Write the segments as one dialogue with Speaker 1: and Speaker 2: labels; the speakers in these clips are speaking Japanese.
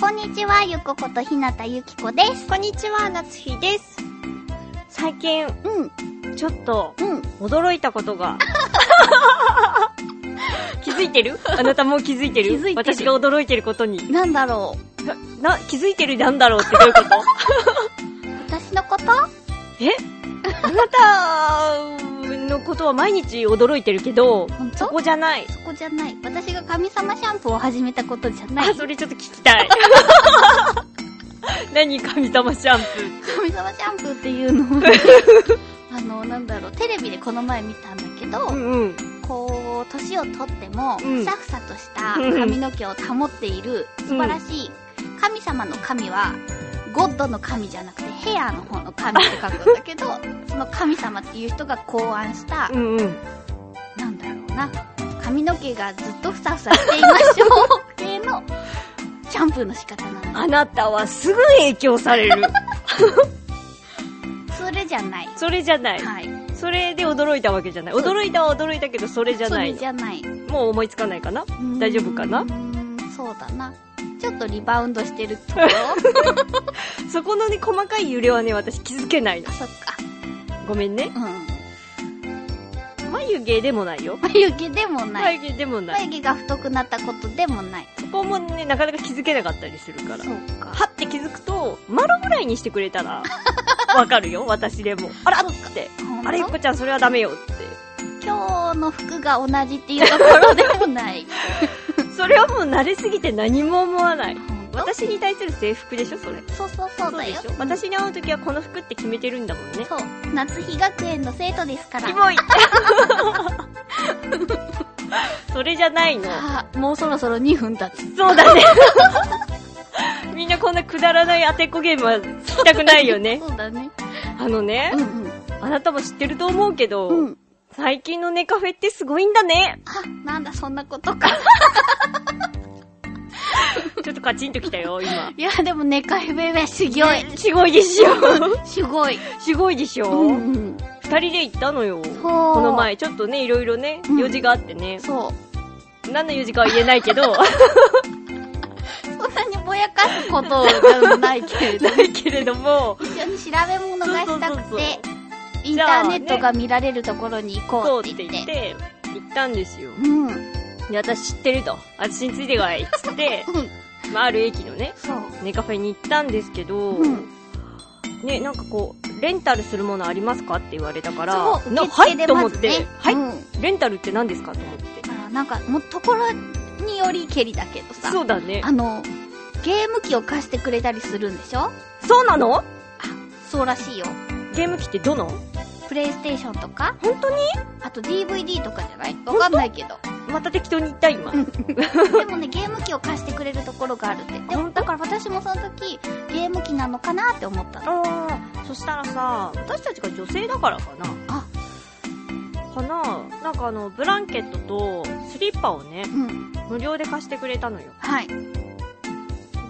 Speaker 1: こんにちはゆこことひなたゆきこです
Speaker 2: こんにちは、夏日です。最近、
Speaker 1: うん
Speaker 2: ちょっと、
Speaker 1: うん
Speaker 2: 驚いたこと が。気づいてるあなたもう気づいてる
Speaker 1: 気づいてる
Speaker 2: 私が驚いてることに。
Speaker 1: なんだろう
Speaker 2: な、気づいてるなんだろうってどういうこと
Speaker 1: 私のこと
Speaker 2: えあなたのことは毎日驚いてるけど、
Speaker 1: 本当
Speaker 2: そこじゃない。
Speaker 1: そこじゃない。私が神様シャンプーを始めたことじゃな
Speaker 2: あ、
Speaker 1: い。
Speaker 2: それちょっと聞きたい。何神様シャンプーって。
Speaker 1: 神様シャンプーっていう のをあの、なんだろう、テレビでこの前見たんだけど、
Speaker 2: うんうん。
Speaker 1: こう、年を取っても、
Speaker 2: うん
Speaker 1: ふさふさとした髪の毛を保っている、素晴らしい、神様の神は、ゴッドの神じゃなくて、ヘアの方の神って書くんだけ ど、その神様っていう人が考案した
Speaker 2: う、んうん。
Speaker 1: なんだろうな、髪の毛がずっとふさふさしていましょう系 の、シャンプーの仕方なんだ。
Speaker 2: あなたはすぐ影響される。
Speaker 1: それじゃない。
Speaker 2: それじゃない。
Speaker 1: はい。
Speaker 2: それで驚いたわけじゃない。
Speaker 1: そう
Speaker 2: 驚いたは驚いたけど、それじゃない
Speaker 1: それじゃない。
Speaker 2: もう思いつかないかな大丈夫かな
Speaker 1: うーんそうだな。ちょっとリバウンドしてる ところ。
Speaker 2: そこのね、細かい揺れはね、私気づけないの
Speaker 1: あ、。そっか。
Speaker 2: ごめんね。
Speaker 1: うん。
Speaker 2: 眉毛でもないよ。
Speaker 1: 眉毛でもない。
Speaker 2: 眉毛でもない。
Speaker 1: 眉毛が太くなったことでもない。
Speaker 2: そこもね、なかなか気づけなかったりするから。
Speaker 1: そうか。
Speaker 2: はって気づくと、丸ぐらいにしてくれ たら、わかるよ、私でも。あらって。
Speaker 1: ほんと
Speaker 2: あれ、ゆっこちゃん、それはダメよっ
Speaker 1: 今日の服が同じっていうところでも ない。
Speaker 2: て。それはもう慣れすぎて何も思わない。
Speaker 1: ほんと
Speaker 2: 私に対する制服でしょ、それ。
Speaker 1: そうそうそうだ
Speaker 2: で
Speaker 1: よ
Speaker 2: しょ。。私に会うときはこの服って決めてるんだもんね。
Speaker 1: そう。夏日学園の生徒ですから。
Speaker 2: キモい それじゃないの。
Speaker 1: あーもうそろそろ2分経つ。
Speaker 2: そうだね。 みんなこんなくだらない当てっこゲームは聞きたくないよね。
Speaker 1: そうだね。
Speaker 2: あのね
Speaker 1: う、んうん。
Speaker 2: あなたも知ってると思うけど、
Speaker 1: うん。
Speaker 2: 最近のネカフェってすごいん だね。
Speaker 1: あ、なんだそんなことか。
Speaker 2: ちょっとカチンときたよ、今。
Speaker 1: いや、でもね、カフェはすごい。
Speaker 2: すごいでしょ。
Speaker 1: すごい。
Speaker 2: すごいでしょ。二、
Speaker 1: うんうん。
Speaker 2: 人で行ったのよ。こ
Speaker 1: ほー
Speaker 2: の。前、ちょっとね、いろいろね、
Speaker 1: うん
Speaker 2: 用事があってね。
Speaker 1: そう。
Speaker 2: 何の用事かは言えない けど、
Speaker 1: そんなにぼやかすことではないけれど
Speaker 2: な、いけれども、
Speaker 1: 一緒に調べ物がしたくて、イン
Speaker 2: じ
Speaker 1: タ
Speaker 2: ゃあ
Speaker 1: ーネットが見られるところに行こ
Speaker 2: そうう
Speaker 1: っ
Speaker 2: ってて
Speaker 1: 言
Speaker 2: 言っ
Speaker 1: って。
Speaker 2: て、行ったんですよ。
Speaker 1: うん。うん。
Speaker 2: で、私知ってると。私についてこい。つ って、まあ、ある駅のね、
Speaker 1: そう。
Speaker 2: ネカフェに行ったんですけど、
Speaker 1: うん。
Speaker 2: ね、なんかこう、レンタルするものありますかって言われたから、
Speaker 1: そう、
Speaker 2: な
Speaker 1: 受付
Speaker 2: は
Speaker 1: で
Speaker 2: いと思
Speaker 1: ま
Speaker 2: っ
Speaker 1: ず
Speaker 2: て、
Speaker 1: ね。
Speaker 2: はい、
Speaker 1: うん。
Speaker 2: レンタルって何ですかと思って。
Speaker 1: あなんか、もう、ところによりけりだけどさ、
Speaker 2: そうだね。
Speaker 1: あの、ゲーム機を貸してくれたりするんでしょ
Speaker 2: そうなの
Speaker 1: そうらしいよ。
Speaker 2: ゲーム機ってどの
Speaker 1: プレイステーションとか、
Speaker 2: 本当に
Speaker 1: あと DVD とかじゃないわかんないけど。
Speaker 2: また適当に言った今。
Speaker 1: うんでもね、ゲーム機を貸してくれるところがあるって。で
Speaker 2: ほ
Speaker 1: も、
Speaker 2: んと
Speaker 1: だから私もその時、ゲーム機なのかなって思ったの。
Speaker 2: ああ、そしたらさ、私たちが女性だからかな。
Speaker 1: あ
Speaker 2: かななんかあの、ブランケットとスリッパをね、
Speaker 1: うん。
Speaker 2: 無料で貸してくれたのよ。
Speaker 1: はい。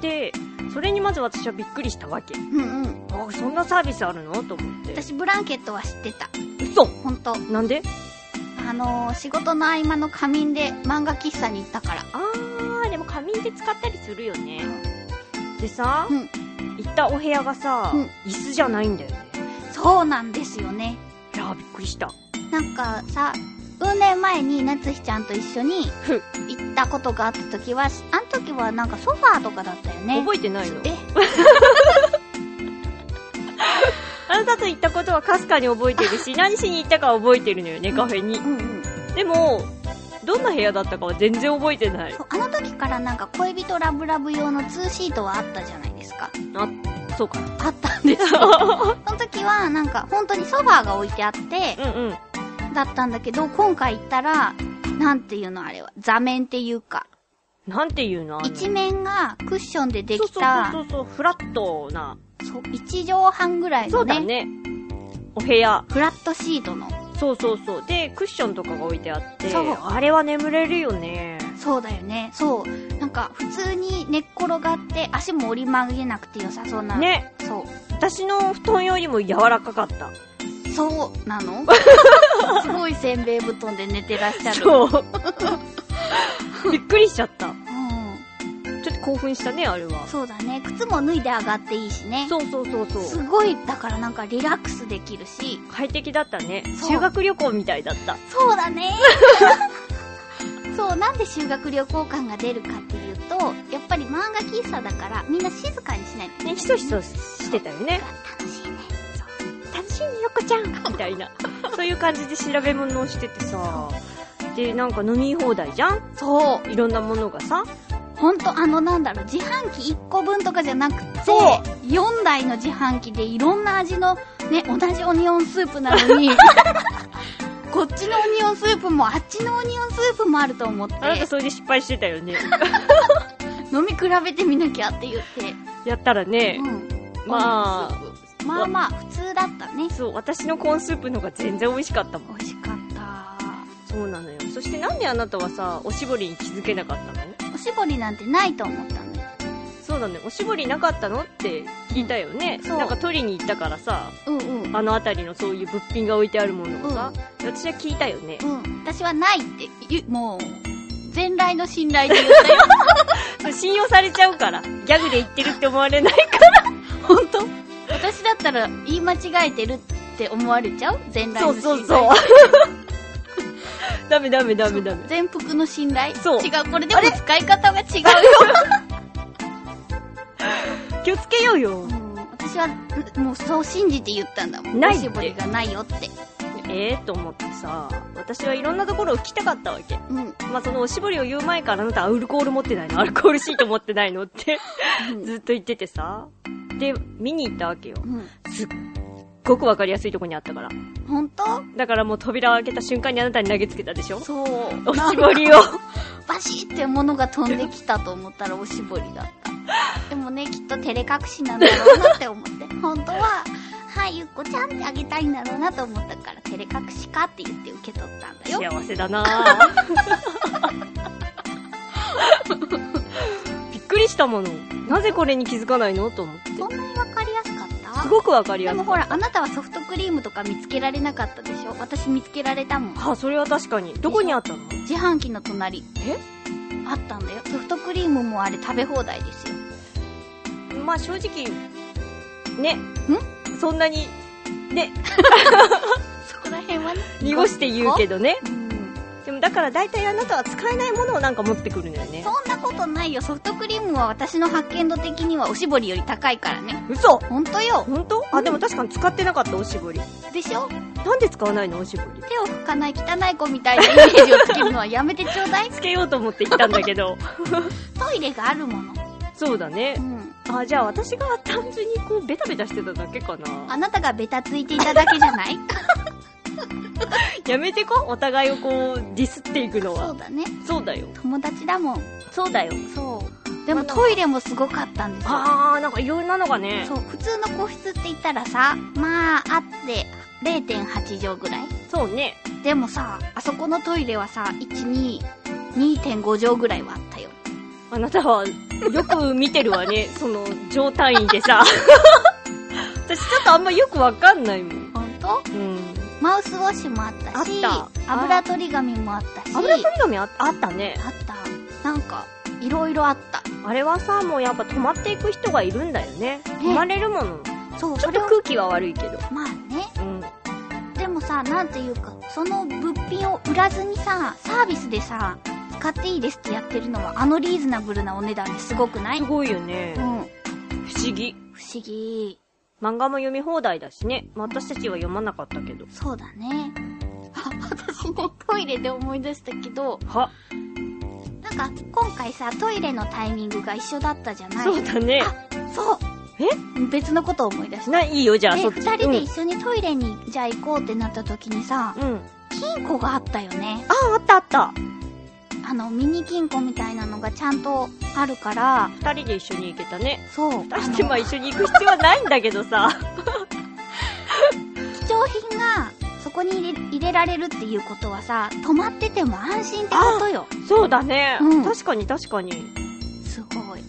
Speaker 2: で、それにまず私はびっくりしたわけ。
Speaker 1: うんうん。
Speaker 2: あそんなサービスあるのと思って。
Speaker 1: 私、ブランケットは知ってた。
Speaker 2: 嘘
Speaker 1: ほんと。
Speaker 2: なんで
Speaker 1: あのー、仕事の合間の仮眠で漫画喫茶に行ったから。
Speaker 2: あー、でも仮眠で使ったりするよね。でさ、
Speaker 1: うん
Speaker 2: 行ったお部屋がさ、
Speaker 1: うん
Speaker 2: 椅子じゃないんだよね。
Speaker 1: そうなんですよね。
Speaker 2: いやー、びっくりした。
Speaker 1: なんかさ、運年前に夏日ちゃんと一緒に
Speaker 2: ふっ
Speaker 1: 行ったことがあった時は、あの時はなんかソファーとかだったよね。
Speaker 2: 覚えてないの
Speaker 1: え
Speaker 2: あなたと行ったことはかすかに覚えてる し、何しに行ったかは覚えてるのよね、カフェに
Speaker 1: う。んうん。
Speaker 2: でも、どんな部屋だったかは全然覚えてない。
Speaker 1: そうあの時からなんか恋人ラブラブ用のツーシートはあったじゃないですか。
Speaker 2: そうか な。
Speaker 1: あったんですよ。その時は、なんか、本当にソファーが置いてあって、
Speaker 2: うんうん。
Speaker 1: だったんだけど、今回行ったら、なんていうのあれは、座面っていうか、
Speaker 2: なんていうのあの
Speaker 1: 一面がクッションでできた、
Speaker 2: そうそうそうそう、フラットな。
Speaker 1: そう一畳半ぐらい
Speaker 2: そ
Speaker 1: の
Speaker 2: うだ
Speaker 1: ね
Speaker 2: ね。お部屋。
Speaker 1: フラットシートの、
Speaker 2: そうそうそう。で、クッションとかが置いてあって、
Speaker 1: そう
Speaker 2: あれは眠れるよね。
Speaker 1: そうだよね。そう。なんか、普通に寝っ転がって、足も折り曲げなくて良さそうな。。
Speaker 2: ね、
Speaker 1: そ
Speaker 2: 私の布団よりも柔らかかった。
Speaker 1: う。そうな のすごいせんべい布団で寝てらっしゃる。う。
Speaker 2: そう。びっくりしちゃった。
Speaker 1: ん。
Speaker 2: ちょっと興奮したね、あれは。
Speaker 1: そうだね。靴も脱いで上がっていいしね。
Speaker 2: そうそうそう
Speaker 1: す
Speaker 2: そう。
Speaker 1: ごい、だからなんかリラックスできるし。
Speaker 2: 快適だったね。
Speaker 1: そう
Speaker 2: 修学旅行みたいだった。
Speaker 1: そうだね。 そう、なんで修学旅行感が出るかっていうと、やっぱり漫画喫茶だから、みんな静かにしないといけない
Speaker 2: ね、ひそひそしてたよね。
Speaker 1: 楽しいね。
Speaker 2: 楽しいね、よこちゃんみたいな。そういう感じで調べ物をしててさ。で、なんか飲み放題じゃん
Speaker 1: そう。
Speaker 2: いろんなものがさ。
Speaker 1: ほんとあのなんだろう自販機1個分とかじゃなくて
Speaker 2: そ
Speaker 1: 4台の自販機でいろんな味のね同じオニオンスープなの にこっちのオニオンスープもあっちのオニオンスープもあると思って
Speaker 2: あなたそれで失敗してたよね。
Speaker 1: 飲み比べてみなきゃって言って、
Speaker 2: やったらね
Speaker 1: う、ん、
Speaker 2: ま
Speaker 1: オニオンスープまあまあ普通だったね
Speaker 2: そう、私のコーンスープのが全然美味しかったもん。
Speaker 1: 美味しかった
Speaker 2: そうなのよ。そしてなんであなたはさ、おしぼりに気づけなかったの
Speaker 1: おしぼりなんてないと思ったのよ
Speaker 2: そうなのよ。おしぼりなかったのって聞いたよね。
Speaker 1: うんそう
Speaker 2: なんか取りに行ったからさ、
Speaker 1: うんうん
Speaker 2: あの辺りのそういう物品が置いてあるものをさ、私は聞いたよね。
Speaker 1: うん私はないって言うもう全来の信頼で 言ったよ
Speaker 2: 信用されちゃうから。ギャグで言ってるって思われない。
Speaker 1: 本当私だったら言い間違えてるって思われちゃう全来の
Speaker 2: そう
Speaker 1: 信頼
Speaker 2: そうそう。 ダメダメダメダメ。
Speaker 1: 全幅の信頼
Speaker 2: そう
Speaker 1: 違うこれでも使い方が違うよ、
Speaker 2: 気をつけようよ
Speaker 1: う。ん、私はんもうそう信じて言ったんだもん
Speaker 2: ないっ
Speaker 1: お
Speaker 2: て
Speaker 1: しぼりがないよって
Speaker 2: ええと思ってさ、私はいろんなところを聞きたかったわけ。
Speaker 1: うん、うん、
Speaker 2: まあ、そのおしぼりを言う前からあなたアルコール持ってないのアルコールシート持ってないのってずっと言っててさ。で、見に行ったわけよ。
Speaker 1: うん、
Speaker 2: すっごくわかりやすいとこにあったから。
Speaker 1: 本当
Speaker 2: だからもう扉を開けた瞬間にあなたに投げつけたでしょ
Speaker 1: そう
Speaker 2: おしぼりを。
Speaker 1: バシって物が飛んできたと思ったらおしぼりだ ったでもねきっと照れ隠しなんだろうなって思 って本当ははいゆっこちゃんってあげたいんだろうなと思ったから照れ隠しかって言って受け取ったんだよ
Speaker 2: 幸せだなぁ。 びっくりしたもの。なぜこれに気づかないのと思って。
Speaker 1: そんなにわかりやすかった
Speaker 2: すごくわかり
Speaker 1: で
Speaker 2: やす
Speaker 1: も
Speaker 2: い。
Speaker 1: ほら、あなたはソフトクリームとか見つけられなかったでしょ私見つけられたもん。
Speaker 2: あ、それは確かに。どこにあったの
Speaker 1: 自販機の隣。
Speaker 2: え
Speaker 1: あったんだよ。ソフトクリームもあれ食べ放題ですよ。
Speaker 2: まあ正直、ね。んそんなに、ね、
Speaker 1: そこら辺はね。
Speaker 2: 濁して言うけ
Speaker 1: ど。
Speaker 2: どね。
Speaker 1: うん。
Speaker 2: でもだから大体あなたは使えないものをなんか持ってくるのよね
Speaker 1: そ。んなことないよ。ソフトクリームは私の発見度的にはおしぼりより高いからね。
Speaker 2: 嘘
Speaker 1: ほんとよ。
Speaker 2: 本当あ、でも確かに使ってなかったおしぼり。
Speaker 1: でしょ
Speaker 2: なんで使わないのおしぼり。
Speaker 1: 手を拭かない汚い子みたいなイメージをつけるのはやめてちょうだい。
Speaker 2: つけようと思って行ったんだけど。
Speaker 1: トイレがあるもの。
Speaker 2: そうだね
Speaker 1: う。ん。
Speaker 2: あ、じゃあ私が単純にこうベタベタしてただけかな。
Speaker 1: あなたがベタついていただけじゃない
Speaker 2: やめてこお互いをこうディスっていくの
Speaker 1: そ
Speaker 2: は
Speaker 1: う。だね。
Speaker 2: そうだよ。
Speaker 1: 友達だもん。
Speaker 2: そうだよ。
Speaker 1: そう。でもトイレもすごかったんですよ。
Speaker 2: あー、なんかいろんなのがね。
Speaker 1: そう、普通の個室って言ったらさ、まあ、あって0.8畳ぐらい。
Speaker 2: そうね。
Speaker 1: でもさ、あそこのトイレはさ、1、2、2.5畳ぐらいはあったよ。
Speaker 2: あなたはよく見てるわ ね。その状態で さ。私ちょっとあんまよくわかんないもん。
Speaker 1: ほんと
Speaker 2: うん。
Speaker 1: マウスウォッシュもあったし、
Speaker 2: あった
Speaker 1: 油取り紙もあったし、
Speaker 2: 油取り紙ああったね。
Speaker 1: あった。なんか、いろいろあった。
Speaker 2: あれはさ、もうやっぱ泊まっていく人がいるんだよね。泊まれるもの。
Speaker 1: そう、
Speaker 2: ちょ
Speaker 1: そ
Speaker 2: っ
Speaker 1: れ
Speaker 2: と
Speaker 1: を、
Speaker 2: 空気は悪いけど。
Speaker 1: まあね。
Speaker 2: うん。
Speaker 1: でもさ、なんていうか、その物品を売らずにさ、サービスでさ、使っていいですってやってるのは、あのリーズナブルなお値段ですごくない
Speaker 2: すごいよね
Speaker 1: う。ん。
Speaker 2: 不思議。
Speaker 1: 不思議。
Speaker 2: 漫画も読み放題だしね。まあ私たちは読まなかったけど。
Speaker 1: そうだね。あ私ね、トイレで思い出したけど、
Speaker 2: は、
Speaker 1: なんか、今回さ、トイレのタイミングが一緒だったじゃない
Speaker 2: そうだね。
Speaker 1: そう別のことを思い出した。
Speaker 2: な、いいよ、じゃあ、
Speaker 1: で、
Speaker 2: そっち。
Speaker 1: 二人で一緒にトイレに、じゃあ行こうってなった時にさ、
Speaker 2: うん。うん。
Speaker 1: き金庫があったよね。
Speaker 2: あ、あったあった。
Speaker 1: あの、ミニ金庫みたいなのがちゃんとあるから、
Speaker 2: 二人で一緒に行けたね。
Speaker 1: そう。
Speaker 2: 出し
Speaker 1: あ
Speaker 2: て
Speaker 1: の
Speaker 2: まあ一緒に行く必要はないんだけどさ。
Speaker 1: 貴重品がそこに入れ入れられるっていうことはさ止まってても安心ってことよ
Speaker 2: そうだね。
Speaker 1: うん
Speaker 2: 確かに確かに。
Speaker 1: すごい、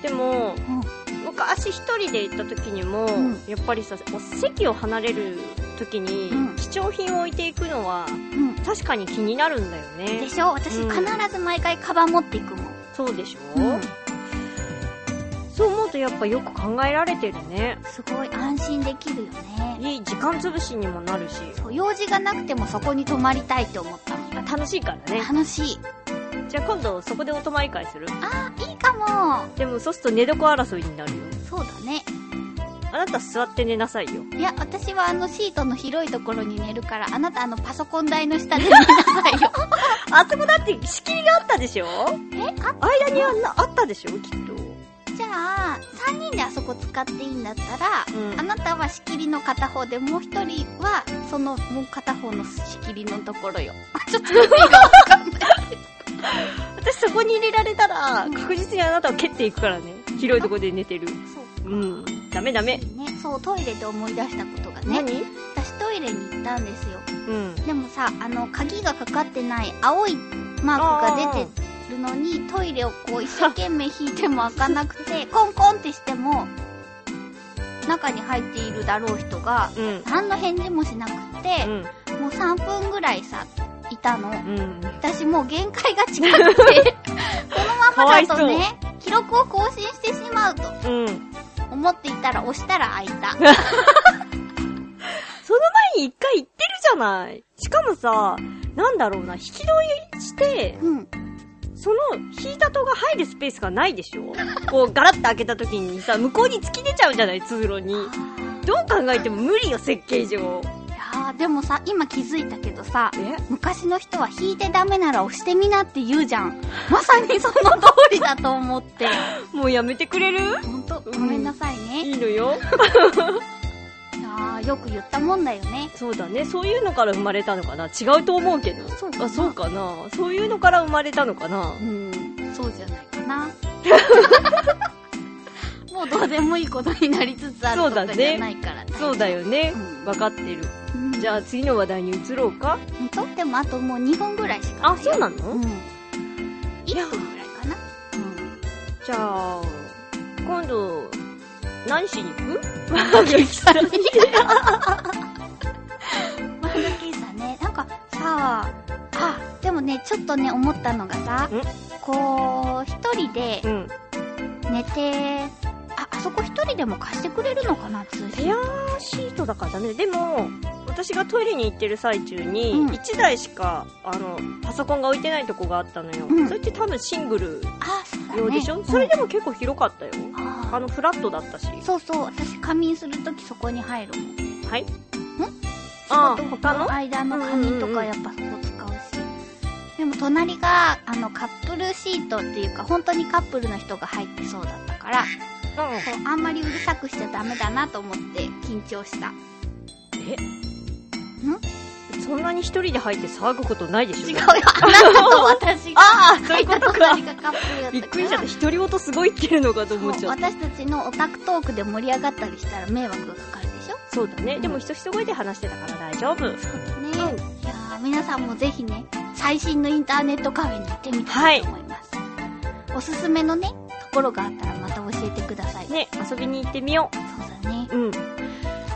Speaker 2: でも、
Speaker 1: うん、
Speaker 2: 昔一人で行った時にも、
Speaker 1: ん
Speaker 2: やっぱりさ、お席を離れる時に、
Speaker 1: うん
Speaker 2: 貴重品を置いていくのは、
Speaker 1: うん
Speaker 2: 確かに気になるんだよね
Speaker 1: で。しょ私
Speaker 2: うん
Speaker 1: 必ず毎回カバン持っていくもん、
Speaker 2: そうでしょ、
Speaker 1: うん、
Speaker 2: そう思うとやっぱよく考えられてるね。
Speaker 1: すごい安心できるよね
Speaker 2: いい時間潰しにもなるし。
Speaker 1: そう用事がなくてもそこに泊まりたいって思ったもん
Speaker 2: あ楽しいからね。
Speaker 1: 楽しい
Speaker 2: じゃあ今度そこでお泊まり会する
Speaker 1: あいいかも
Speaker 2: でもそうすると寝床争いになるよ。
Speaker 1: そうだね
Speaker 2: あなた座って寝なさいよ。
Speaker 1: いや私はあのシートの広いところに寝るからあなたあのパソコン台の 下で寝なさいよ
Speaker 2: あそこだって仕切りがあったでしょ
Speaker 1: えあ
Speaker 2: 間にあんなあったでしょきっと。
Speaker 1: じゃあ3人であそこ使っていいんだったら、
Speaker 2: うん
Speaker 1: あなたは仕切りの片方でもう一人はそのもう片方の仕切りのところよちょっと意味がわかんない
Speaker 2: 私そこに入れられたら確実にあなたを蹴っていくからね。広いとこで寝てる。
Speaker 1: そう
Speaker 2: うん。ダメダメ。
Speaker 1: ねそうトイレで思い出したことがね
Speaker 2: 何
Speaker 1: 私トイレに行ったんですよ
Speaker 2: うん。
Speaker 1: でもさあの鍵がかかってない青いマークが出てるのにトイレをこう一生懸命引いても開かなく てコンコンってしても中に入っているだろう人が
Speaker 2: うん。
Speaker 1: 何の返事もしなくて、もう3分ぐらいさ、いたの。
Speaker 2: うん。うん。
Speaker 1: 私もう限界が近くて、 このままだと
Speaker 2: かわい
Speaker 1: ね、記録を更新してしまうと
Speaker 2: うん。
Speaker 1: 思っていたら押したら開い た。
Speaker 2: その前に一回行ってるじゃない。しかもさ、なんだろうな、引き取りして、
Speaker 1: うん。
Speaker 2: その引いた戸が入るスペースがないでし ょこうガラッと開けた時にさ、向こうに突き出ちゃうじゃない、通路に。どう考えても無理よ、設計上。
Speaker 1: いやーでもさ、今気づいたけどさ、
Speaker 2: え
Speaker 1: 昔の人は引いてダメなら押してみなって言うじゃん。まさにその通りだと思って。
Speaker 2: もうやめてくれる
Speaker 1: ほんと、ごめんなさいね。
Speaker 2: いいのよ。
Speaker 1: いやーよく言ったもんだよね。
Speaker 2: そうだね、そういうのから生まれたのかな。違うと思うけど。
Speaker 1: そうかな
Speaker 2: あ、そうかな。そういうのから生まれたのかな。
Speaker 1: うん、そうじゃないか な。もうどうでもいいことになりつつある
Speaker 2: そ
Speaker 1: と
Speaker 2: うだね
Speaker 1: かじゃないからね。
Speaker 2: そうだよね
Speaker 1: う。ん
Speaker 2: わかってる。
Speaker 1: うん。
Speaker 2: じゃあ次の話題に移ろうか。
Speaker 1: あ、とってもあともう2本ぐらいしか
Speaker 2: あ、
Speaker 1: ないよ。
Speaker 2: そうなの
Speaker 1: うん。
Speaker 2: いや
Speaker 1: 1分ぐらいかな。
Speaker 2: じゃあ、今度、何しに 行く
Speaker 1: ワンダケーさんね、なんかさ、あ、でもね、ちょっとね、思ったのがさ
Speaker 2: ん、
Speaker 1: こう、一人で
Speaker 2: うん。
Speaker 1: 寝て、あ、あそこ一人でも貸してくれるのかな、通
Speaker 2: ペ
Speaker 1: 信。
Speaker 2: アシートだからダメ。でも、私がトイレに行ってる最中に、
Speaker 1: うん
Speaker 2: 1台しか、あの、パソコンが置いてないとこがあったのよ。
Speaker 1: うん
Speaker 2: それって多分シングル
Speaker 1: あ、そうだね。
Speaker 2: 用でしょ、
Speaker 1: うん
Speaker 2: それでも結構広かったよ。
Speaker 1: あー
Speaker 2: あの、フラットだったし。
Speaker 1: そうそう、私仮眠するときそこに入るもん。
Speaker 2: はいんあ
Speaker 1: 仕事
Speaker 2: ー、他の
Speaker 1: の間の紙とかやっぱそこ使うし。でも隣が、あの、カップルシートっていうか、本当にカップルの人が入ってそうだったから、
Speaker 2: う
Speaker 1: あんまりうるさくしちゃダメだなと思って緊張した。
Speaker 2: ん。そんなに一人で入って騒ぐことないでしょ
Speaker 1: 違うよ、あなたと私が。
Speaker 2: あーそういうことか
Speaker 1: 入った隣がカップルだったから。
Speaker 2: びっくりしちゃった。独り言すごい言ってるのかと思っちゃっ
Speaker 1: そ
Speaker 2: た。
Speaker 1: う私たちのオタクトークで盛り上がったりしたら迷惑がかかるでしょ
Speaker 2: そうだね。でも、人一声で話してたから大丈夫。
Speaker 1: ね、いやー皆さんもぜひね最新のインターネットカフェに行ってみたいと思います、おすすめのねところがあったらまた教えてください、
Speaker 2: ね、遊びに行ってみよ
Speaker 1: そうだね
Speaker 2: う。うん。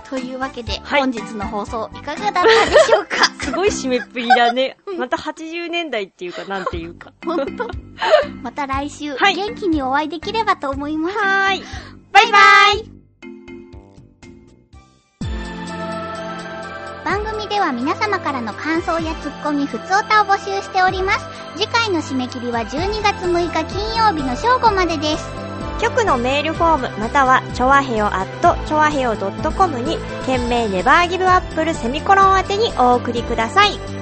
Speaker 1: というわけで、
Speaker 2: はい
Speaker 1: 本日の放送いかがだったでしょうか
Speaker 2: すごい締めっぷりだね。また80年代っていうか、なんていうか。
Speaker 1: 本当また来週、
Speaker 2: はい
Speaker 1: 元気にお会いできればと思います
Speaker 2: はーい。
Speaker 1: バイバイ番組では皆様からの感想やツッコミ、ふつおたを募集しております。次回の締め切りは12月6日金曜日の正午までです。
Speaker 3: 局のメールフォームまたはチョアヘヨアットチョアヘヨ .com に件名ネバーギブアップルセミコロン宛てにお送りください